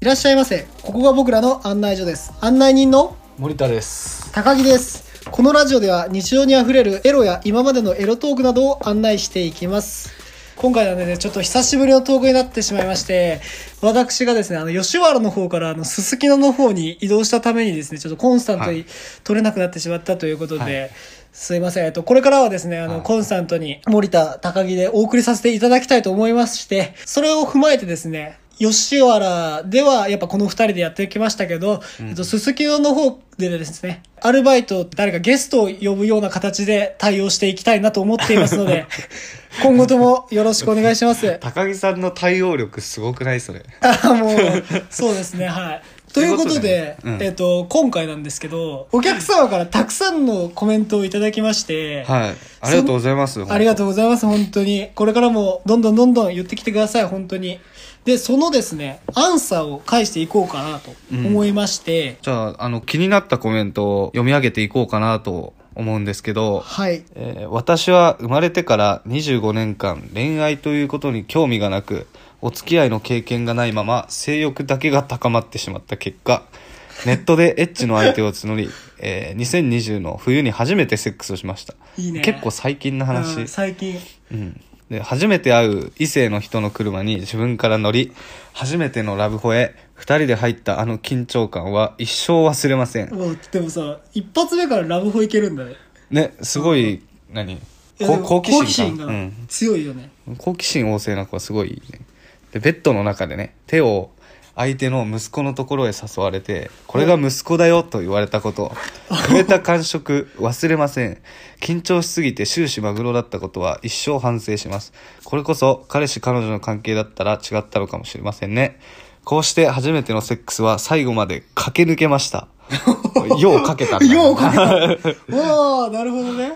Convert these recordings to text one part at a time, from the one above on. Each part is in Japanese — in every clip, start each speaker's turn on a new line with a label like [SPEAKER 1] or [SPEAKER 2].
[SPEAKER 1] いらっしゃいませ。ここが僕らの案内所です。案内人の
[SPEAKER 2] 森田です
[SPEAKER 1] 高木です。このラジオでは日常にあふれるエロや今までのエロトークなどを案内していきます。今回はね、ちょっと久しぶりのトークになってしまいまして、私がですね、あの、吉原の方から、あの、すすきのの方に移動したためにですね、ちょっとコンスタント
[SPEAKER 2] は
[SPEAKER 1] に
[SPEAKER 2] い
[SPEAKER 1] 取れなくなってしまったということで、
[SPEAKER 2] はい
[SPEAKER 1] すいません。えっと、これからはですね、あの、
[SPEAKER 2] はい
[SPEAKER 1] コンスタントに森田、高木でお送りさせていただきたいと思いまして、それを踏まえてですね、吉原ではやっぱこの二人でやってきましたけど、えっと、すすきのの方でですね、アルバイト、誰かゲストを呼ぶような形で対応していきたいなと思っていますの で、今後ともよろしくお願いします。
[SPEAKER 2] 高木さんの対応力すごくないそれ
[SPEAKER 1] あもう、そうですね、はい。ということで、
[SPEAKER 2] ということでうん
[SPEAKER 1] えっ、と、今回なんですけど、お客様からたくさんのコメントをいただきまして、
[SPEAKER 2] はいありがとうございます
[SPEAKER 1] ありがと
[SPEAKER 2] う
[SPEAKER 1] うございます、本当に。これからも、どんどんどんどん言ってきてください、本当に。で、そのですね、アンサーを返していこうかなと思いまして、
[SPEAKER 2] じゃああの気になったコメントを読み上げていこうかなと思うんですけど、
[SPEAKER 1] はい。
[SPEAKER 2] えー私は生まれてから25年間恋愛ということに興味がなくお付き合いの経験がないまま性欲だけが高まってしまった結果ネットでエッチの相手を募り、えー2020の冬に初めてセックスをしました
[SPEAKER 1] いいね
[SPEAKER 2] 結構最近の話、
[SPEAKER 1] うん最近。
[SPEAKER 2] うん、で初めて会う異性の人の車に自分から乗り初めてのラブホへ2人で入ったあの緊張感は一生忘れません
[SPEAKER 1] もう、でもさ、一発目からラブホいけるんだね。
[SPEAKER 2] ねすごい何
[SPEAKER 1] いや
[SPEAKER 2] こ
[SPEAKER 1] でも
[SPEAKER 2] 好奇心か
[SPEAKER 1] 好が
[SPEAKER 2] うん、
[SPEAKER 1] 強いよね。
[SPEAKER 2] 好奇心旺盛な子はすごいいいねでベッドの中でね手を相手の息子のところへ誘われて「これが息子だよ」と言われたこと触れた感触忘れません緊張しすぎて終始マグロだったことは一生反省しますこれこそ彼氏彼女の関係だったら違ったのかもしれませんねこうして初めてのセックスは最後まで駆け抜けましたようかけたんだな
[SPEAKER 1] ようかけた。わあ、なるほどね。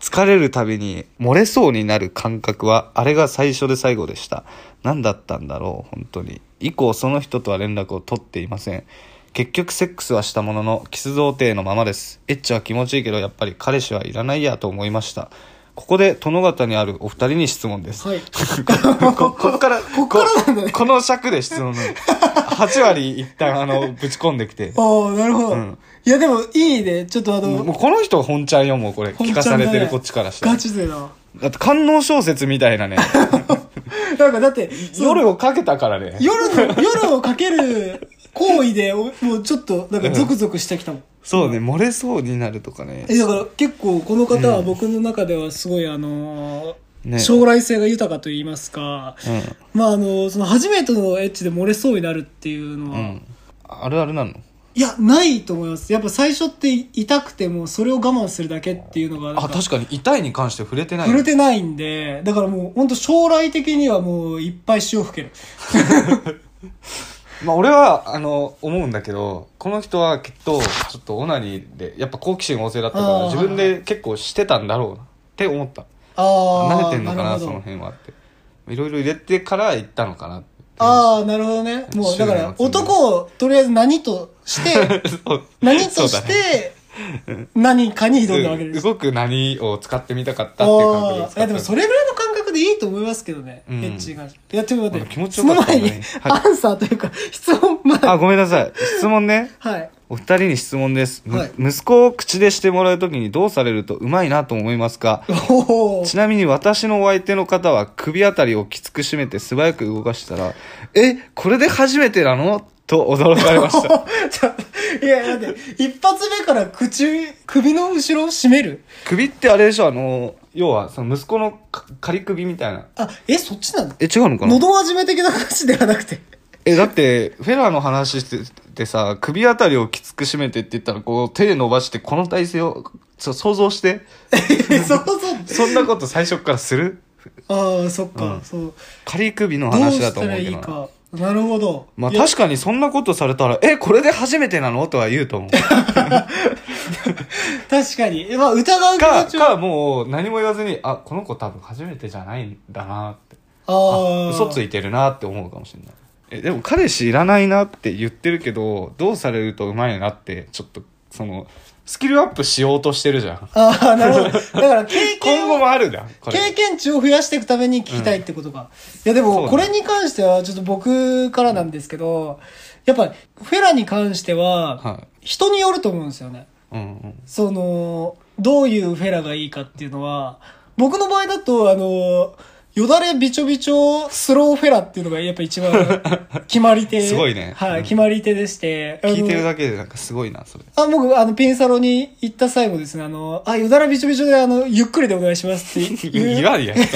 [SPEAKER 2] 疲れるたびに漏れそうになる感覚はあれが最初で最後でした何だったんだろう本当に以降その人とは連絡を取っていません結局セックスはしたもののキス贈呈のままですエッチは気持ちいいけどやっぱり彼氏はいらないやと思いましたここで殿方にあるお二人に質問です、
[SPEAKER 1] はい。
[SPEAKER 2] ここっからこ
[SPEAKER 1] からなんだね
[SPEAKER 2] この尺で質問なの8割一旦あのぶち込んできて
[SPEAKER 1] ああ、なるほど。
[SPEAKER 2] うん
[SPEAKER 1] いや、でも、いいね。ちょっとあの、
[SPEAKER 2] もうこの人本ちゃんよもうこれ聞かされてるこっちからしたら
[SPEAKER 1] ガチ勢だわ。
[SPEAKER 2] だって官能小説みたいなね
[SPEAKER 1] なんか、だって、
[SPEAKER 2] 夜をかけたからね
[SPEAKER 1] 夜の、夜をかける行為で、おもうちょっと、なんかゾクゾクしてきたもん。
[SPEAKER 2] そうね漏れそうになるとかね
[SPEAKER 1] え、だから結構この方は僕の中ではすごい、あのー
[SPEAKER 2] ね
[SPEAKER 1] 将来性が豊かと言いますか、
[SPEAKER 2] うん、
[SPEAKER 1] まああのーその初めてのエッチで漏れそうになるっていうのは、
[SPEAKER 2] うん、あるあるなの
[SPEAKER 1] いや、ないと思います。やっぱ最初って痛くてもそれを我慢するだけっていうのがなんか、
[SPEAKER 2] あ確かに痛いに関して触れてない
[SPEAKER 1] 触れてないんで、だからもう本当将来的にはもういっぱい塩吹ける。
[SPEAKER 2] まあ俺はあの思うんだけどこの人はきっとちょっとオナニーでやっぱ好奇心旺盛だったか
[SPEAKER 1] あ
[SPEAKER 2] ら
[SPEAKER 1] ー
[SPEAKER 2] 自分で結構してたんだろうなって思った
[SPEAKER 1] ああ。
[SPEAKER 2] 慣れてんのかな
[SPEAKER 1] るほ
[SPEAKER 2] そ
[SPEAKER 1] ど
[SPEAKER 2] の辺はっていろいろ入れてから行ったのかなって
[SPEAKER 1] ああ、なるほどね。もう、だから、男をとりあえず何と して、
[SPEAKER 2] そう
[SPEAKER 1] 何と
[SPEAKER 2] そう
[SPEAKER 1] し
[SPEAKER 2] だね
[SPEAKER 1] て、何かに挑んだわけです。
[SPEAKER 2] 動く何を使ってみたかったっていう感覚
[SPEAKER 1] あ
[SPEAKER 2] で
[SPEAKER 1] あ、いやでもそれぐらいの感覚でいいと思いますけどね。エ
[SPEAKER 2] うん
[SPEAKER 1] ッチに関して。いや、ちょっと待っ
[SPEAKER 2] あ
[SPEAKER 1] て。
[SPEAKER 2] 気持ち
[SPEAKER 1] そ
[SPEAKER 2] よか
[SPEAKER 1] の
[SPEAKER 2] った
[SPEAKER 1] 前
[SPEAKER 2] ね
[SPEAKER 1] に、
[SPEAKER 2] は
[SPEAKER 1] アンサーというか、質問前。
[SPEAKER 2] あごめんなさい質問ね
[SPEAKER 1] はい。
[SPEAKER 2] お二人に質問です、む
[SPEAKER 1] はい
[SPEAKER 2] 息子を口でしてもらうときにどうされるとうまいなと思いますか
[SPEAKER 1] おお。
[SPEAKER 2] ちなみに私のお相手の方は首あたりをきつく締めて素早く動かしたら、え、これで初めてなのと驚かれました。
[SPEAKER 1] ちょいや、だって、一発目から口、首の後ろを締める
[SPEAKER 2] 首ってあれでしょあの、要はその息子のか仮首みたいな。
[SPEAKER 1] あ、え、そっちなの
[SPEAKER 2] え、違うのかな
[SPEAKER 1] 喉始め的な話ではなく て。
[SPEAKER 2] え、だって、フェラーの話しててさ、首あたりをきつく締めてって言ったら、こう手伸ばしてこの体勢を、そう想像して、
[SPEAKER 1] えそうそう。
[SPEAKER 2] そんなこと最初からする
[SPEAKER 1] ああ、そっか、
[SPEAKER 2] うん
[SPEAKER 1] そう。
[SPEAKER 2] 仮首の
[SPEAKER 1] どう
[SPEAKER 2] 話だ
[SPEAKER 1] した
[SPEAKER 2] と思う
[SPEAKER 1] ら
[SPEAKER 2] け
[SPEAKER 1] い
[SPEAKER 2] ど
[SPEAKER 1] い
[SPEAKER 2] な。
[SPEAKER 1] か。なるほど。
[SPEAKER 2] まあ
[SPEAKER 1] いや
[SPEAKER 2] 確かにそんなことされたら、え、これで初めてなのとは言うと 思う。
[SPEAKER 1] 確かに。まあ、疑う気
[SPEAKER 2] か、
[SPEAKER 1] 持ちは。
[SPEAKER 2] か、もう何も言わずに、あ、この子多分初めてじゃないんだなって。
[SPEAKER 1] あ
[SPEAKER 2] あ
[SPEAKER 1] あ。
[SPEAKER 2] 嘘ついてるなって思うかもしれない。え、でも彼氏いらないなって言ってるけど、どうされるとうまいなって、ちょっと、その、スキルアップしようとしてるじゃん。
[SPEAKER 1] ああ、なるほど。だ から経
[SPEAKER 2] 今
[SPEAKER 1] 験
[SPEAKER 2] 後
[SPEAKER 1] を、
[SPEAKER 2] もあるな、これ。
[SPEAKER 1] 経験値を増やしていくために聞きたいってことか。いやで
[SPEAKER 2] そう
[SPEAKER 1] も、
[SPEAKER 2] ね
[SPEAKER 1] これに関してはちょっと僕からなんですけど、やっぱフェラに関しては、
[SPEAKER 2] は
[SPEAKER 1] 人によると思うんですよね。
[SPEAKER 2] い。うんうん。
[SPEAKER 1] その、どういうフェラがいいかっていうのは、僕の場合だと、あの、よだれびちょびちょスローフェラっていうのがやっぱ 一番決まり手。
[SPEAKER 2] すごいね
[SPEAKER 1] は
[SPEAKER 2] う
[SPEAKER 1] い、
[SPEAKER 2] ん
[SPEAKER 1] 決まり手でして。
[SPEAKER 2] 聞いてる
[SPEAKER 1] あの
[SPEAKER 2] だけでなんかすごいな、それ。
[SPEAKER 1] あ、僕、あの、ピンサロに行った際もですね、あの、あ、よだれびちょびちょで、あの、ゆっくりでお願いしますって言う。
[SPEAKER 2] 言わんやん。
[SPEAKER 1] 言う、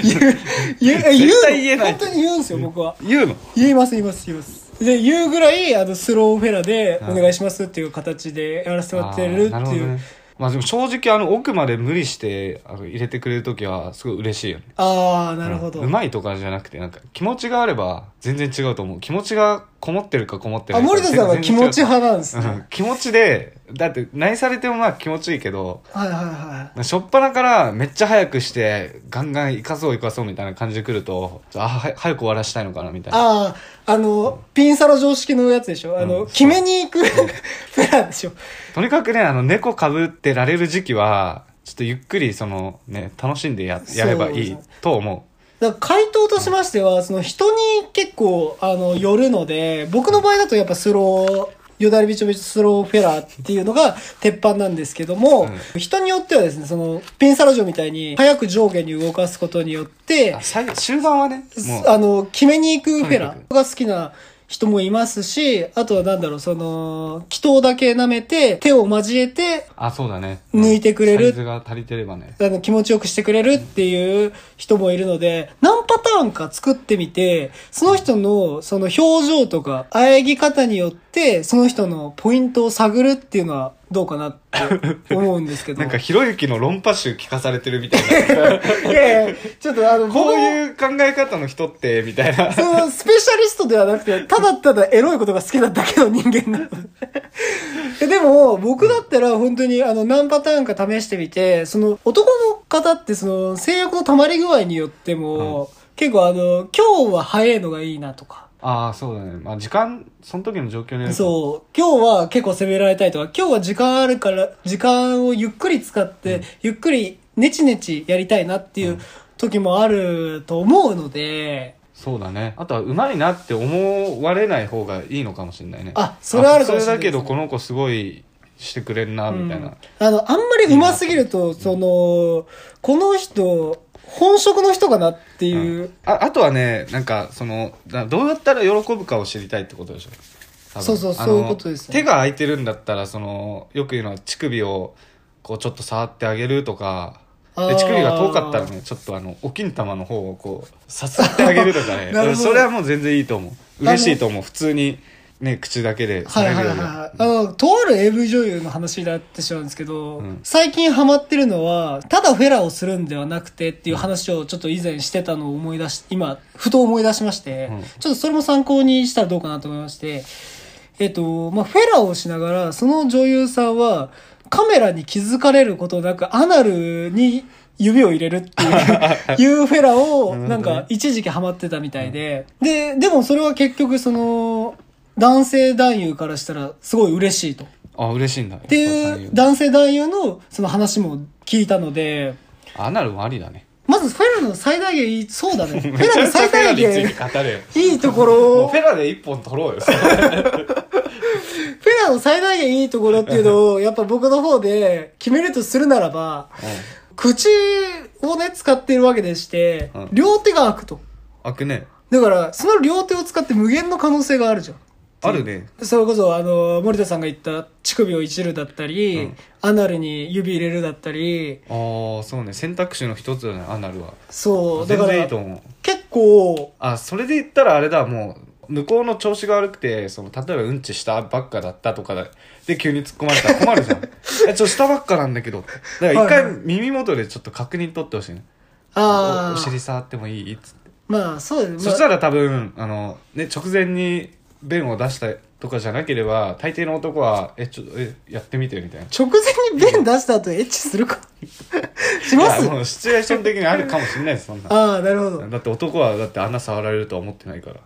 [SPEAKER 1] 言う、言う
[SPEAKER 2] 絶対言えない
[SPEAKER 1] 本当に言うんですよ、僕は。
[SPEAKER 2] 言うの
[SPEAKER 1] 言います言います言いますで言うぐらいあのスローフェラでお願いしますっていう形でやらせてもらってる
[SPEAKER 2] あーな
[SPEAKER 1] って
[SPEAKER 2] ほ
[SPEAKER 1] い
[SPEAKER 2] ど
[SPEAKER 1] う
[SPEAKER 2] ねまあでも正直あの奥まで無理してあの入れてくれる時はすごい嬉しいよね
[SPEAKER 1] ああなるほど、
[SPEAKER 2] うんうまいとかじゃなくてなんか気持ちがあれば全然違うと思う気持ちがこもってるかこもってな
[SPEAKER 1] あ
[SPEAKER 2] いか
[SPEAKER 1] 森田さんは
[SPEAKER 2] 全
[SPEAKER 1] 気
[SPEAKER 2] 然違う
[SPEAKER 1] 持ち派なんですね、
[SPEAKER 2] うん気持ちでだって何されてもまあ気持ちいいけど
[SPEAKER 1] はいはいは
[SPEAKER 2] しょっぱなからめっちゃ早くしてガンガン行かそう行かそうみたいな感じで来るとあは早く終わらしたいのかなみ
[SPEAKER 1] い
[SPEAKER 2] たいな
[SPEAKER 1] あああのピンサロ常識のやつでしょあの、
[SPEAKER 2] うん
[SPEAKER 1] 決めに行く フェラでしょ
[SPEAKER 2] とにかくねあの猫かぶってられる時期はちょっとゆっくりそのね楽しんでややればいいと思う
[SPEAKER 1] だから回答としましてはその人に結構あのよるので僕の場合だとやっぱスローよだれびちょびちょスローフェラーっていうのが鉄板なんですけども、
[SPEAKER 2] う
[SPEAKER 1] 人によってはですねそのピンサロジョみたいに早く上下に動かすことによって
[SPEAKER 2] あ最終盤はねもう
[SPEAKER 1] あの、決めに行くフェ
[SPEAKER 2] と
[SPEAKER 1] ラ
[SPEAKER 2] にか
[SPEAKER 1] が好きな人もいますし、あとはなんだろう、その、祈祷だけ舐めて、手を交えて、
[SPEAKER 2] あそうだね
[SPEAKER 1] 抜いてくれる
[SPEAKER 2] サイズが足りてればね
[SPEAKER 1] あの、気持ちよくしてくれるっていう人もいるので、何パターンか作ってみて、その人の、その表情とか、喘ぎ方によって、その人のポイントを探るっていうのはどうかなって思うんですけど。
[SPEAKER 2] なんかひろゆきの論破集聞かされてるみた いな
[SPEAKER 1] いやいや、ちょっとあの、
[SPEAKER 2] こ
[SPEAKER 1] う、
[SPEAKER 2] ういう考え方の人ってみたいな
[SPEAKER 1] そのスペシャリストではなくて、ただただエロいことが好きなだけの人間なの。 えでも、僕だったら本当にあの何パターンか試してみて、その男の方ってその性欲の溜まり具合によっても、結構あの、今日は早いのがいいなとか、
[SPEAKER 2] ああそうだねまあ時間その時の状況によるう
[SPEAKER 1] そう、今日は結構攻められたいとか、今日は時間あるから、時間をゆっくり使って、ゆっくりネチネチやりたいなっていう時もあると思うので、
[SPEAKER 2] そうだねあとはうまいなって思われない方がいいのかもしれないね
[SPEAKER 1] あそれはあるかもしれない
[SPEAKER 2] あそれだけどこの子すごいしてくれんなみたいな、
[SPEAKER 1] あの、あんまりうますぎると、その、この人、本職の人かなっていう。
[SPEAKER 2] ああとはねなんかそのだどうやったら喜ぶかを知りたいってことでしょ多分
[SPEAKER 1] そうそう
[SPEAKER 2] あの
[SPEAKER 1] そういうことですね
[SPEAKER 2] 手が空いてるんだったらそのよく言うのは乳首をこうちょっと触ってあげるとか
[SPEAKER 1] あ
[SPEAKER 2] で
[SPEAKER 1] ー
[SPEAKER 2] 乳首が遠かったらねちょっとあのお金玉の方をこうさすってあげるとか ね
[SPEAKER 1] なるほど
[SPEAKER 2] それはもう全然いいと思う
[SPEAKER 1] あの
[SPEAKER 2] 嬉しいと思う普通にね口だけで
[SPEAKER 1] はい
[SPEAKER 2] れ
[SPEAKER 1] はい
[SPEAKER 2] る
[SPEAKER 1] は
[SPEAKER 2] よ
[SPEAKER 1] い
[SPEAKER 2] り
[SPEAKER 1] はい。あの、とある AV 女優の話になってしまうんですけど、
[SPEAKER 2] うん
[SPEAKER 1] 最近ハマってるのは、ただフェラをするんではなくてっていう話をちょっと以前してたのを思い出し、今、ふと思い出しまして、
[SPEAKER 2] うん
[SPEAKER 1] ちょっとそれも参考にしたらどうかなと思いまして、えっと、まあ、フェラをしながら、その女優さんは、カメラに気づかれることなく、アナルに指を入れるっていう、いうフェラを、なん
[SPEAKER 2] なるほど
[SPEAKER 1] か
[SPEAKER 2] ね、
[SPEAKER 1] 一時期ハマってたみたいで、で、でもそれは結局、その、男性男優からしたら、すごい嬉しいと。っ
[SPEAKER 2] あ嬉しいんだって
[SPEAKER 1] いう、男性男優の、その話も聞いたので、
[SPEAKER 2] アナルもありだね
[SPEAKER 1] まずフェラの最大限いい、そう だね。フ
[SPEAKER 2] め
[SPEAKER 1] ェ
[SPEAKER 2] ち
[SPEAKER 1] ラの
[SPEAKER 2] ゃめちゃ
[SPEAKER 1] 最
[SPEAKER 2] フェラ
[SPEAKER 1] 大
[SPEAKER 2] につい
[SPEAKER 1] 限
[SPEAKER 2] て、語れよ
[SPEAKER 1] いいとこ
[SPEAKER 2] もう
[SPEAKER 1] ろ
[SPEAKER 2] フェラで一本 取ろうよ
[SPEAKER 1] フェラの最大限いいところっていうのを、やっぱ僕の方で決めるとするならば、口をね、使っているわけでして
[SPEAKER 2] うん、
[SPEAKER 1] 両手が開くと。
[SPEAKER 2] あくね
[SPEAKER 1] だから、その両手を使って無限の可能性があるじゃん。
[SPEAKER 2] あるね
[SPEAKER 1] それこそ、あの、森田さんが言った乳首をいじるだったり、
[SPEAKER 2] うん
[SPEAKER 1] アナルに指入れるだったり、
[SPEAKER 2] ああそうね選択肢の一つだねアナルは
[SPEAKER 1] そう、だ
[SPEAKER 2] 全
[SPEAKER 1] から、
[SPEAKER 2] 然いいと思う
[SPEAKER 1] 結構、
[SPEAKER 2] あそれで言ったらあれだもう向こうの調子が悪くてその例えばうんちしたばっかだったとかでで急に突っ込まれたら困るじゃん えちょしたばっかなんだけどだから一
[SPEAKER 1] はい
[SPEAKER 2] 回
[SPEAKER 1] は
[SPEAKER 2] 耳元でちょっと確認取ってほしいね
[SPEAKER 1] あ
[SPEAKER 2] おお尻
[SPEAKER 1] あ、
[SPEAKER 2] 触ってもいいっつって、
[SPEAKER 1] まあそうだね。
[SPEAKER 2] そし
[SPEAKER 1] ま
[SPEAKER 2] たら多分あの、ね、直前に便を出したとかじゃなければ大抵の男は「えちょえやってみて」みたいな
[SPEAKER 1] あ直前に便出した後エッチするかしま
[SPEAKER 2] い
[SPEAKER 1] す
[SPEAKER 2] やもうシチュエーション的にあるかもしれないですそんな
[SPEAKER 1] ああ、なるほど。
[SPEAKER 2] だって男はだって穴触られるとは思ってないから
[SPEAKER 1] あ、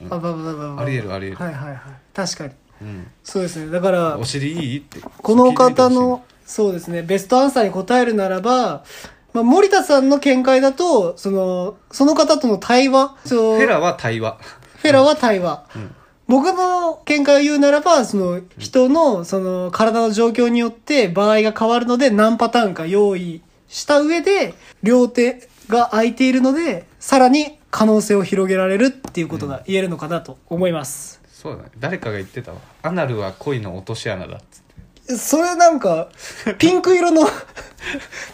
[SPEAKER 1] まあまあまあまあ。
[SPEAKER 2] ありえるありえる
[SPEAKER 1] はいはいはい。確かに。
[SPEAKER 2] うん、
[SPEAKER 1] そうですねだから
[SPEAKER 2] お尻いいって
[SPEAKER 1] この方のそうですねベストアンサーに答えるならば、まあ、森田さんの見解だとそのその方との対話
[SPEAKER 2] フ
[SPEAKER 1] そう
[SPEAKER 2] ェラは対話
[SPEAKER 1] フェラは対話、
[SPEAKER 2] うん
[SPEAKER 1] 僕の見解を言うならばその人のその体の状況によって場合が変わるので何パターンか用意した上で両手が空いているのでさらに可能性を広げられるっていうことが言えるのかなと思います、
[SPEAKER 2] そうだね誰かが言ってたわアナルは恋の落とし穴だっつって
[SPEAKER 1] それなん かピンク色の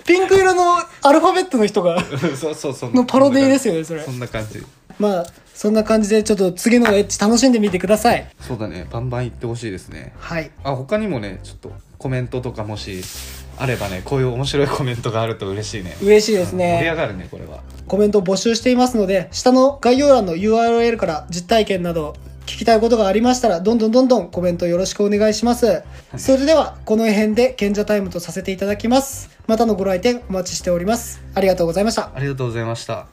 [SPEAKER 1] ピンク色のアルファベットの人が
[SPEAKER 2] そうそうそう
[SPEAKER 1] のパロディですよねそれ
[SPEAKER 2] そんな感じ
[SPEAKER 1] まあそんな感じでちょっと次のエッチ楽しんでみてください
[SPEAKER 2] そうだねバンバン言ってほしいですね
[SPEAKER 1] はい
[SPEAKER 2] あ他にもねちょっとコメントとかもしあればねこういう面白いコメントがあると嬉しいね
[SPEAKER 1] 嬉しいです
[SPEAKER 2] 盛り
[SPEAKER 1] ね
[SPEAKER 2] 上がるねこれは
[SPEAKER 1] コメントを募集していますので、下の概要欄の URL から実体験など聞きたいことがありましたら、どんどんどんどんコメントよろしくお願いします。それでは、この辺で賢者タイムとさせていただきます。またのご来店お待ちしております。ありがとうございました。
[SPEAKER 2] ありがとうございました